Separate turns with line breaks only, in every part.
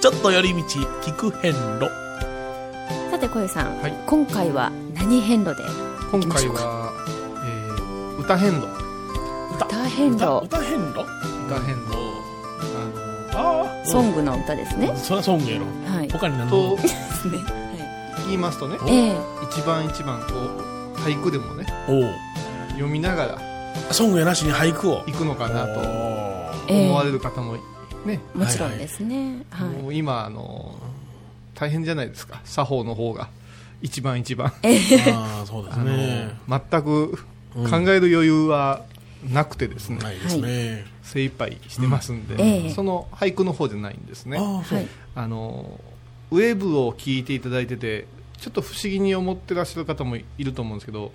ちょっと寄り道聞く遍路
さてこゆさん、
はい
今回は何遍路で
今回は、えー、歌遍路
歌遍
歌
路
歌遍路
歌遍路あ
ああ
ソ
グ
ングの歌ですね、
そりゃソングやろ
はい
他に何
の
の
と
ですね、は
言いますとね
い、ええ
一番一番こう俳句でもね
お
読みながら
おソングやなしに俳句を
行くのかな
お
と
ー
ええ
思われる方もね、
もちろんですねはい、
もう今あの大変じゃないですか作法の方が一番一番、
ああそうです
あの
ね
全く
うん
考える余裕はなくてですね、
ないですね
精一杯してますんで、
うんええ
その俳句の方じゃないんですね
ああそう
はい
あのウェーブを聞いていただいててちょっと不思議に思ってらっしゃる方もいると思うんですけど、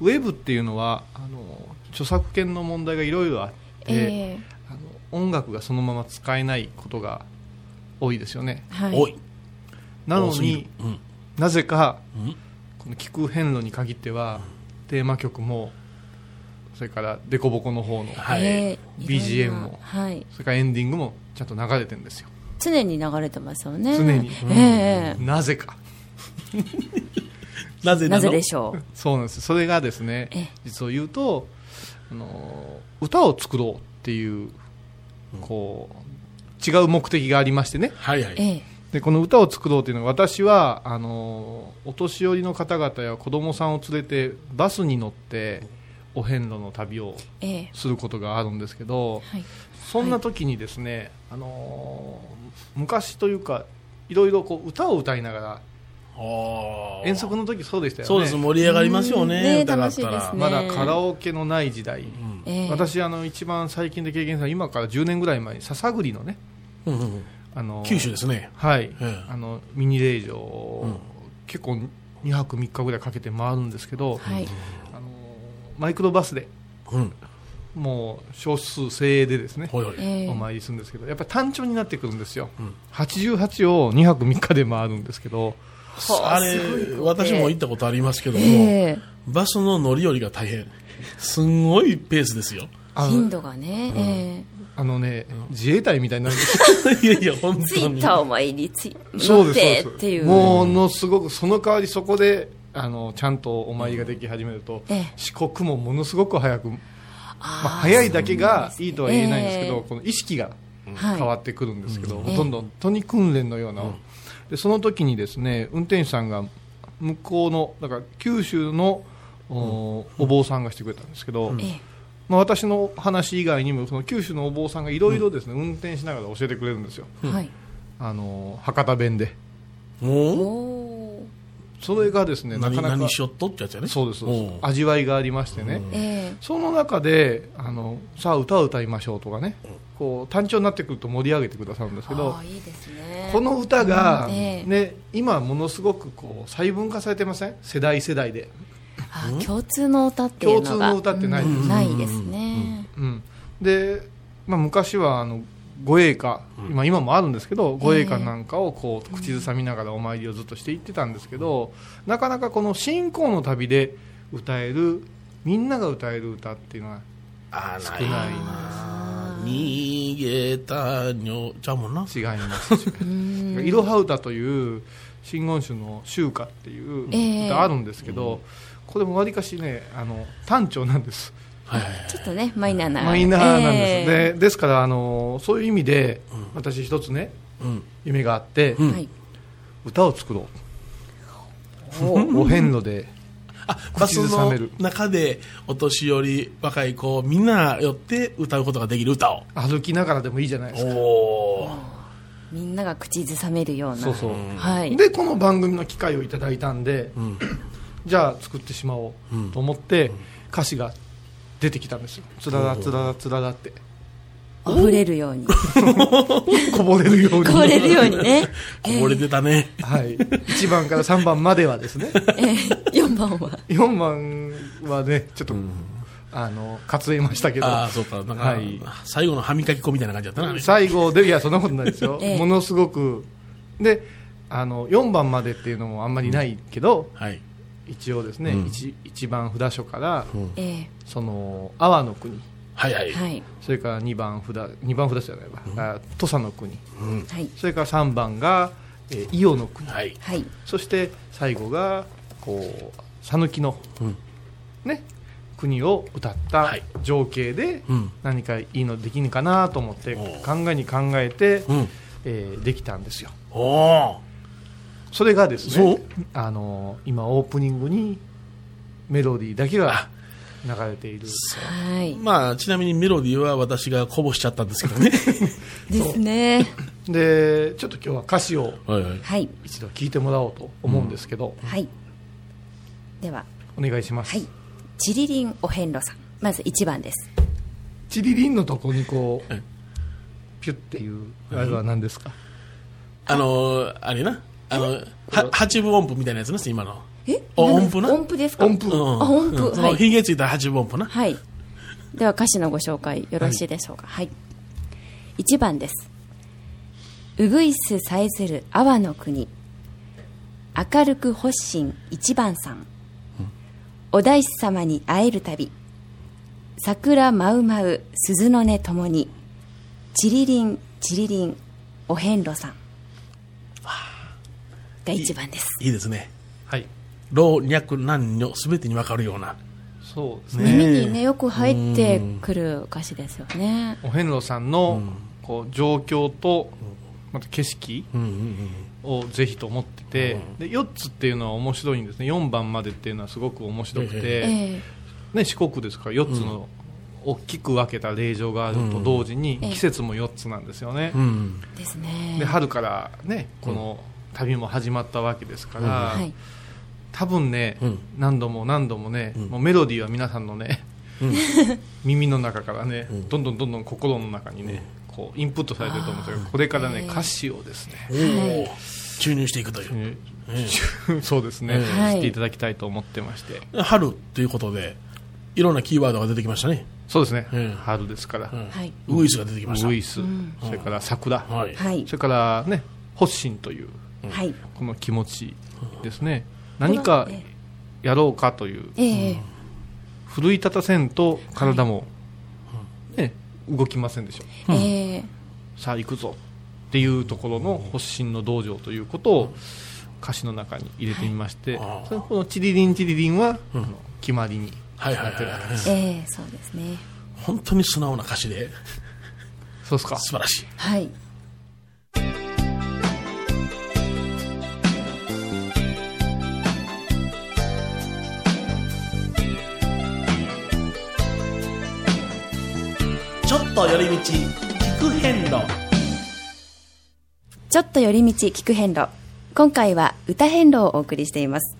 ウェーブっていうのはあの著作権の問題がいろいろあって、
ええ
あの音楽がそのまま使えないことが多いですよね
はい
多い
なの
多すぎる
に
うん
なぜか
うん
この「聞く遍路」に限ってはテーマ曲もそれから「デコボコ」の方の
はい
ええい
BGM
ろんな
も
はい、
それからエンディングもちゃんと流れてるんですよ
常に流れてますよね
常に
ええ
なぜか
なぜ
なぜで
ょ
しょう
そうなんですそれがですね
ええ
実を言うとあの歌を作ろうっていうこう違う目的がありましてね
うはいは
え
い
え
でこの歌を作ろうというのは私はあのお年寄りの方々や子供さんを連れてバスに乗ってお遍路の旅を
ええ
することがあるんですけど
はい
そんな時にですね、あの昔というかいろいろこう歌を歌いながら
ああ
遠足の時そうでしたよね
そうです盛り上がりますよ
うんね
ね歌があったら
楽しいですね
まだカラオケのない時代、
うん
ええ
私あの一番最近で経験したのは今から10年ぐらい前に笹栗のね
うんうんうん
あの
九州ですね
はい、
ええ
あのミニ霊場を、
うん
結構2泊3日ぐらいかけて回るんですけど、
はい
あのマイクロバスで
うん
もう少数精鋭でですね
ほいほい
ええ
お参りするんですけどやっぱり単調になってくるんですよ、
うん
88を2泊3日で回るんですけど
はあ
あれ
すごい
私も行ったことありますけども、
ええ
バスの乗り降りが大変すんごいペースですよ
あ
頻
の
度がね、ええ
あのね、自衛隊みたいになるんですよ
いやいや本
つ
当
い
に
たお参りつい
そう
乗っ
です
て
そ
っ
うです
ていう
ものすごくその代わりそこであのちゃんとお参りができ始めると、
ええ
四国もものすごく早く、まあ、
あ
早いだけがいいとは言えないんですけ
え
ど
え
この意識が
ー
変わ
は
ってくるんですけど、
ええ
ほとんど本当に訓練のような、
うん
でその時にですね運転手さんが向こうのだから九州のお,、お坊さんがしてくれたんですけど、
いえ
まあ、私の話以外にもその九州のお坊さんがいろいろですね、運転しながら教えてくれるんですよ
えはい
あの博多弁で。
お
もう
お
それがですね、な
何
かなか
何しよっとってやつやね
そうですそうです
おう
味わいがありましてね、
うん
え
その中であのさあ歌を歌いましょうとかね、こう単調になってくると盛り上げてくださるんです
え
けど
ああいいですね
この歌が、
うんええ
ね、今ものすごくこう細分化されてません世代世代で、
ああ共通の歌っていうのが
共通の歌ってない
うん
です
ないですね
うん、で、まあ、昔はあの護衛歌、今今もあるんですけど護衛歌なんかをこう口ずさみながらお参りをずっとしていってたんですけど、なかなかこの信仰の旅で歌えるみんなが歌える歌っていうのは
あ
少
な
ないい
逃げたにょちゃうもんな
違いますし
うん
いろは歌という真言宗の宗歌っていう
ええ
歌あるんですけど、これもわりかしねあの単調なんです
はいはい
ちょっとねマイナーな
マイナーなんです、
ええ
でですからあのそういう意味で、私一つね
うん
夢があって、
うん
はい
歌を作ろ うお遍路で
あバス
口ずさ
の
める
中でお年寄り若い子みんな寄って歌うことができる歌を
歩きながらでもいいじゃないですか
おお
みんなが口ずさめるような
そうそう、
はい
でこの番組の機会をいただいたんで、じゃあ作ってしまおうと思って、歌詞が出てきたんですよつららつららつららって
溢れるように
こぼれるように
こぼれるように ね
こぼれてたね
はい、1番から3番まで はですね
4番は
4番はねちょっと、あの割えましたけど
ああそうかなんか、
はい
最後の歯磨き粉みたいな感じだったなあれ
最後でいやそんなことないですよ、
ええ
ものすごくであの4番までっていうのもあんまりないけど、
はい
一応ですね、
うん
一一番札所から、
うん
ええ
その阿波の国
はいはい、
はい。
それから2番札2番札じゃないわ、あ土佐の国
うん
はい。
それから3番が、えー伊予の国
はい
はい。
そして最後がこう讃岐の、
うん
ね、国を歌った
はい
情景で、
うん
何かいいのできんかなと思って
おう
考えに考えて、
うん
えーできたんですよ
おお
それがです
そ
ね
う
あのー今オープニングにメロディーだけが流れている
はい。
まあちなみにメロディーは私がこぼしちゃったんですけ どね
ですね。
でちょっと今日は歌詞を
はいはい
はい。
一度聞いてもらおうと思うんですけど、
はい。では、
お願いします、
はい。チリリンお遍路さん。まず1番です。
チリリンのとこにこう
うん
ピュッていうあれは何ですか
あのー、あれなあのは八分音符みたいなやつです今の
え
あ音符な
音符ですか
音符
うん
あ、音符。
うんそ
は
の
い。
ひげついた八分音符な
はい。では歌詞のご紹介よろしいでしょうか。はい。1番です。うぐいすさえずる阿波の国。明るく発信一番さん。お大師様に会える旅。桜舞う舞う鈴の音ともに。ちりりんちりりんお遍路さん。が1番です。
いいですね
はい
老若男女すべてにわかるような
そうですね
ね
耳にね、よく入ってくる歌詞ですよね。
お遍路さんのこう状況とまた景色
うんうんうん
をぜひと思ってて、で4つっていうのは面白いんですね4番までっていうのはすごく面白くて、
え
ええ
ね、四国ですから4つの大きく分けた令状があると同時に
うん
季節も4つなんですよね、
うん
ですね。
で春から、ね、この旅も始まったわけですから、
はい、
多分ね、
うん
何度も何度もね、
うん
もうメロディーは皆さんのね、
うん
耳の中からね、
ん
どんどんどんどん心の中にね、こうインプットされてると思うんですけどこれからね、歌詞をですね、
おお、注入していくという、
そうですね、
はい
知っていただきたいと思ってまして、
春ということでいろんなキーワードが出てきましたね
そうですね、
うん
春ですから、
ん
はい、
ウグイスが出てきました
ウイス、それから桜、
はい、
はい
そ、れからね、発心という、
はい、
この気持ちですね、何かやろうかという、
ええ
奮い立たせんと体も、ね、動きませんでしょ
ええ
さあ行くぞっていうところの発心の道場ということを歌詞の中に入れてみまして、
はいあー
それこの「チリリンチリリンは」あの決まりに
はいはいはいはい
ええそうですね。
本当に素直な歌詞で
そうですか
素晴らしい
はい、
ちょっと寄り道聞く遍路
ちょっと寄り道聞く遍路。今回は歌遍路をお送りしています。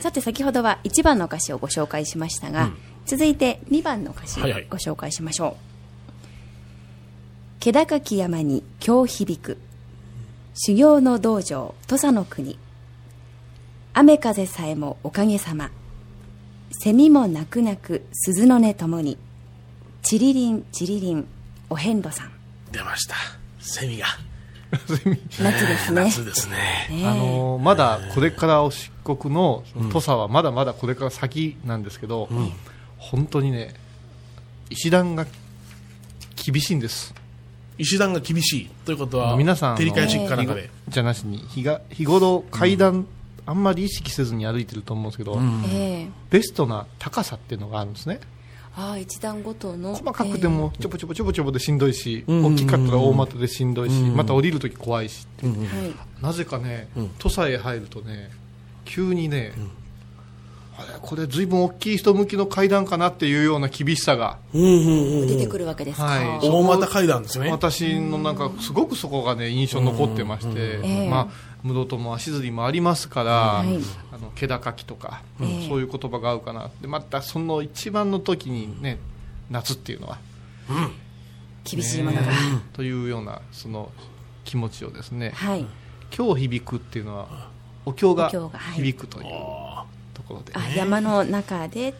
さて先ほどは1番の歌詞をご紹介しましたが、続いて2番の歌詞を
はいはい
ご紹介しましょう。気高き山に今日響く修行の道場土佐の国雨風さえもおかげさまセミもなくなく鈴の音ともにチリリンチリリンお遍路さん
出ましたセミが
夏ですね
夏ですね
ねえ
あのーまだこれからお漆黒の土佐はまだまだこれから先なんですけど、本当にね石段が厳しいんです
石段が厳しいということは
皆さん
照り返していくかなんか
日
で、
ごじゃなしに日が日頃階段、あんまり意識せずに歩いてると思うんですけど、
ええ
ベストな高さっていうのがあるんですね
ああ一段ごとの
細かくてもちょぼちょぼちょぼちょぼでしんどいし、
うん
大きかったら大股でしんどいし、
うん
また降りるとき怖いしって、
うんうん
はい
なぜかね、
うん
土佐へ入るとね急にね、あれこれずいぶん大きい人向きの階段かなっていうような厳しさが、
うんうんうん
出てくるわけですか、
はい
大股階段ですね
私のなんかすごくそこがね印象に残ってまして、
んええ
まあ室戸も足ずりもありますから、
はい
あの気高きとか、
ええ
そういう言葉が合うかなでまたその一番の時にね夏っていうのは
厳しいものが、
ねというようなその気持ちをですね
はい
今日響くっていうのはお経が
お経がはい
響くというところで、
あ山の中で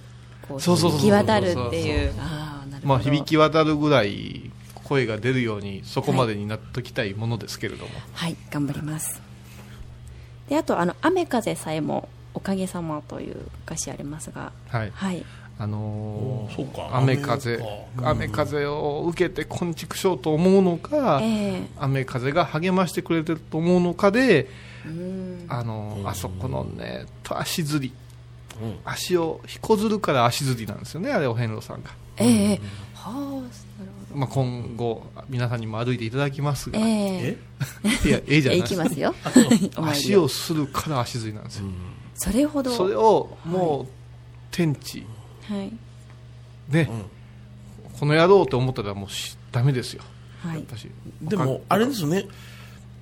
こう
そうそうそう
響
そう
き渡るっていうああなるほど、
まあ、響き渡るぐらい声が出るようにそこまでになっときたいものですけれども、
はい頑張りますであとあの雨風さえもおかげさまという歌詞ありますが
はい
はい
あのー
おーそうか
雨風
雨か
雨風を受けて昆虫しようと思うのか、
え
雨風が励ましてくれてると思うのかで、
えうん
あのーあそこのね足ずり
うん
足をひこずるから足ずりなんですよねあれお遍路さんが、
えええはあなる
まあ、今後皆さんにも歩いていただきま
ほ
す
ど
が、
ええ
え
いやええじゃ
え
ない
いき
です か
ますよお参
足
りを
をするから足ずりなんですよ、
それほど
それをもう天地
はい
ね、この野郎と思ったらもうしダメですよ
はい
私
でもあれですね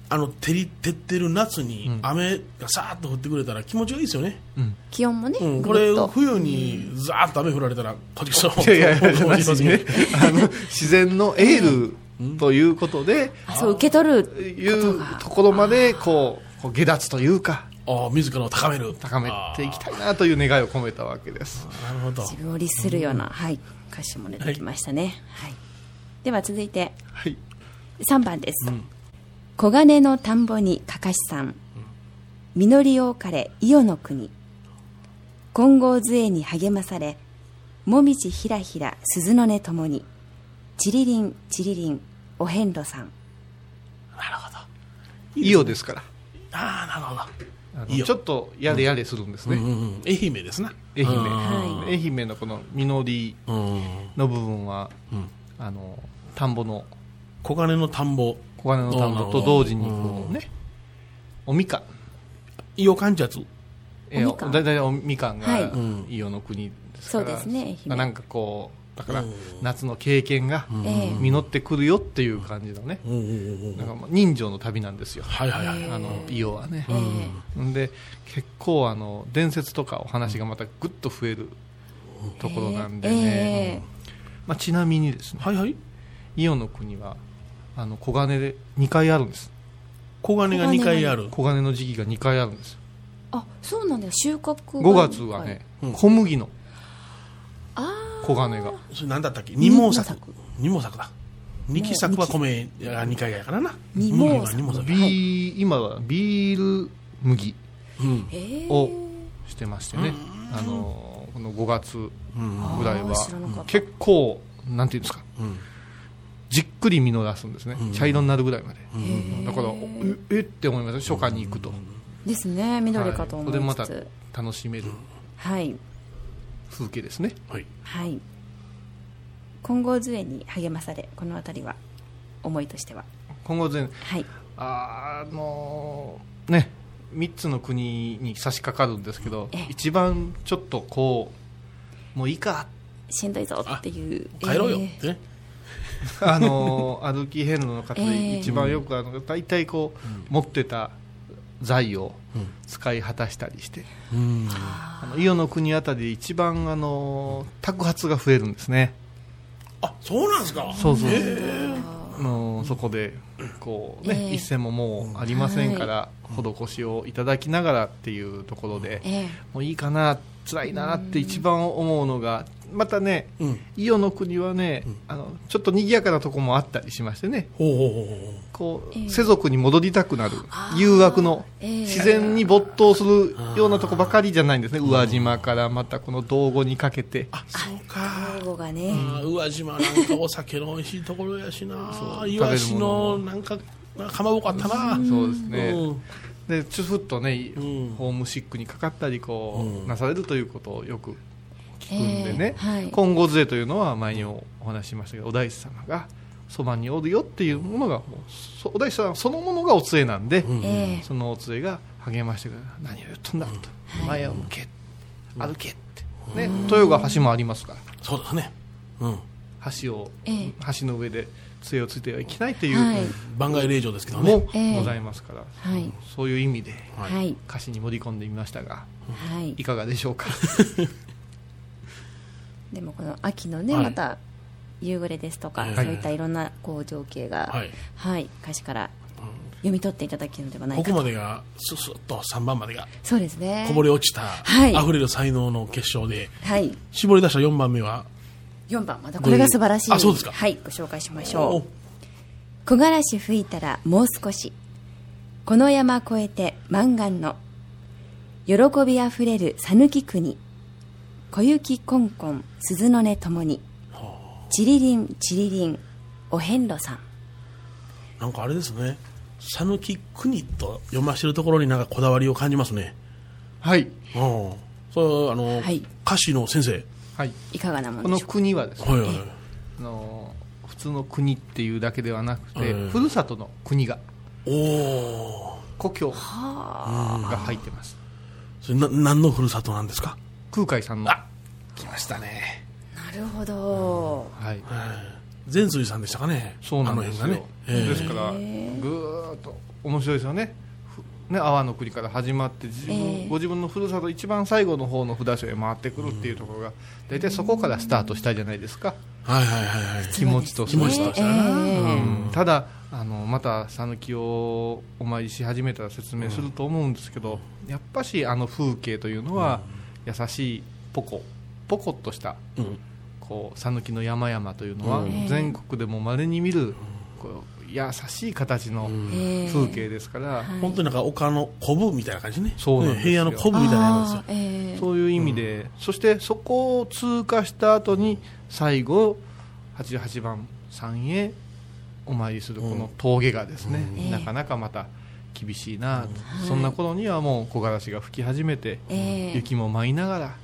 あの照り照ってる夏に
うん
雨がさーっと降ってくれたら気持ちがいいですよね、
うん
気温もね、
うん、
ぐ
これ
ぐっと
冬にザーッと雨降られたらこっち来そう
いやいやいやなしにね
ね
あの自然のエールということで、
あそう受け取る
いうところまでこうこう下脱というか
ああ自らを高める
高めていきたいなという願いを込めたわけです
あーなるほど
自分を律するような、はい歌詞も出てきましたね、はいでは続いて
はい
3番です、黄金の田んぼにかかしさん実り多かれ伊予の国金剛杖に励まされもみじひらひら鈴の音ともにちりりんちりりんお遍路さん
なるほど
伊予ですから
ああなるほど
あの
伊予
ちょっとやれやれするんですね、
うんうん、愛媛ですな
愛媛、
は
愛媛のこの実り
うん
の部分は
うん
あの田んぼの
小金の田んぼ
小金の田んぼと同時にこうねおみかん
伊予観察
え
おみかん
ー、だいたいおみかん
は
が
い
伊予の国ですから、
そうですね愛媛
なんかこうだから
うん
夏の経験が
ええ
実ってくるよっていう感じのね、
うんうんうんうん
なんかまあ人情の旅なんですよ、
はいはいはい、
え
あの伊予はね
え、
んで結構あの伝説とかお話がまたぐっと増えるところなんで
ええ
ね、まあ、ちなみにですね
はいはい
伊予の国はあの黄金で2回あるんです
小金が2回ある
黄金の時期が2回あるんです
あそうなんだよ収穫
5月はね、
うん
小麦の
あ
黄金が
それ何だったっけ二毛作
毛作
二毛作だ二期作は米が2回やからな
二毛
麦は
作
二毛作
ビー、今はビール麦
うん
ーええ
をしてましてね、あのこの5月ぐ
うん
らい
あー知らなかった
は結構なんていうんですか
うん
じっくり実らすんですね、
うん
茶色になるぐらいまで、
うん
へえ
だからええって思いますね初夏に行くと、
ですね緑かと思
はいい
ま
それ
す
でまた楽しめる
はい
風景ですね、
はい
はい金剛杖に励まされこの辺りは思いとしては
今後全
はい
あーあのーね3つの国に差し掛かるんですけど
ええ
一番ちょっとこうもういいか
しんどいぞっていう
帰ろうよ
え
ってね、
あのー 歩き遍路の方
ええ
で一番よくあの大体こう、持ってた財を使い果たしたりして、
うん
あの伊予の国あたりで一番あのー宅発が増えるんですね、
あそうなんですか
そうそう
へえ
あのーそこでこう、ね
ええ
一銭ももうありませんから、施しをいただきながらっていうところで、
えええ
もういいかな辛いなって一番思うのがまたね
うん
伊予の国はね、あのちょっと賑やかなとこもあったりしましてね
ほうほうほうほう
こう、
ええ
世俗に戻りたくなる
あー
誘惑の、
ええ
自然に没頭するようなとこばかりじゃないんですね宇和島からまたこの道後にかけて
あそう
え
か
語がね、
あー宇和島なんかお酒の美味しいところやしな
う
イワシのなんかかまぼこあったな
そうですね、
うん
でちょふっとね、
うん
ホームシックにかかったりこう、
うん
なされるということをよく
え
聞くんでね、
えはい
金剛杖というのは前にお話ししましたけどお大師様がそばにおるよっていうものがもうそお大師様そのものがお杖なんで、
うん
ええ
そのお杖が励ましてくれる何を言っとんだと、前を向け歩けって、ね、豊川橋もありますから
そうだねうん
橋を、
ええ
橋の上で杖をついてはいけないという
はい
番外令状ですけど
の
ね
も
ええ
ございますから、
はい
そういう意味で
は
はいい
はい、
歌詞に盛り込んでみましたがいかがでしょうか
でもこの秋のね、
はい
また夕暮れですとか、
はい
そういったいろんなこう情景が
はい
はい、歌詞から読み取っていただけるのではない
こ
か
ことまでがスッスッと3番までが
そうですね
こぼれ落ちた、
はい
溢れる才能の結晶で
はい
絞り出した4番目は
4番またこれが素晴らしい
あそうですか
はいご紹介しましょう
お
木枯らし吹いたらもう少しこの山越えて満願の喜びあふれる讃岐国小雪こんこん鈴の音ともにちりりんちりりんお遍路さん
なんかあれですね讃岐国と読ましてるところになんかこだわりを感じますね
はい、
うんそれあの、
はい
歌詞の先生
はい、
いかがなも
こ
のでし
の
ょうか
国はですね
はいはい
あの普通の国っていうだけではなくて、
うん
ふるさとの国が
おお
故郷
はあ
が入ってます
それな何のふるさとなんですか
空海さんの
あ来ましたね
なるほど
はい、
善水さんでしたかね
そうなんですよ、
あの辺がね、ええ
ですからぐーっと面白いですよねふね阿波の国から始まって自分、
ええ
ご自分のふるさと一番最後の方の札所へ回ってくるっていうところが大体そこからスタートしたじゃないですか、
はいはいはいはい
気持ちと
気持ちとしてはな
ええ
うんただあのまた讃岐をお参りし始めたら説明すると思うんですけど、やっぱしあの風景というのは優しいポコポコっとした
うん
こう讃岐の山々というのは
うん
全国でもまれに見るこう優しい形の
ええ
風景ですから、
はい
本当になんか丘のコブみたいな感じね
そうなんですよ
平野のコブみたいなやつです
あーええ
そういう意味で、そしてそこを通過した後に最後88番さんへお参りするこの峠がですね、
うん
なかなかまた厳しいなと、
うん
そんな頃にはもう木枯らしが吹き始めて、
ええ
雪も舞いながら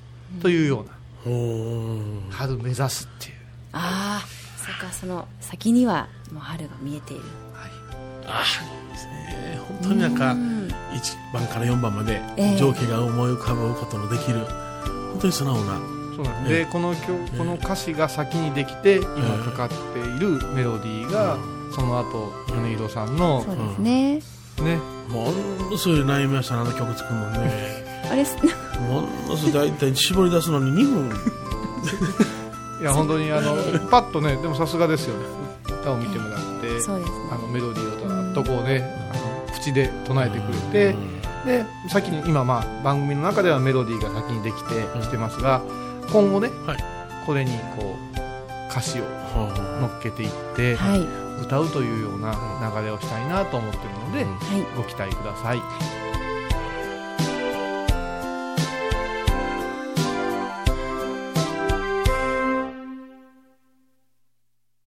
というような
ようん
春目指すっていう、
ああそうかその先にはもう春が見えている
はい
ああいいですね本当になんか
うん
1番から4番まで
ええ
情景が思い浮かぶことのできる、本当に素直な
そうなんですでこの曲この歌詞が先にできて今かかっているメロディーがその後米広さんの
そうですね、
ね
ものすごい悩みましたねあの曲作るのね
あれす
ものすごい大体絞り出すのに2分
いや本当にあのパッとねでもさすがですよね歌を見てもらって
そうです
あのメロディーをだっとこうねあの口で唱えてくれてで先に今まあ番組の中ではメロディーが先にできてきてますが今後ね
はい
これにこう歌詞を
は
乗っけていって
はい
歌うというような流れをしたいなと思ってるので
うん
はい
ご期待ください。
はい、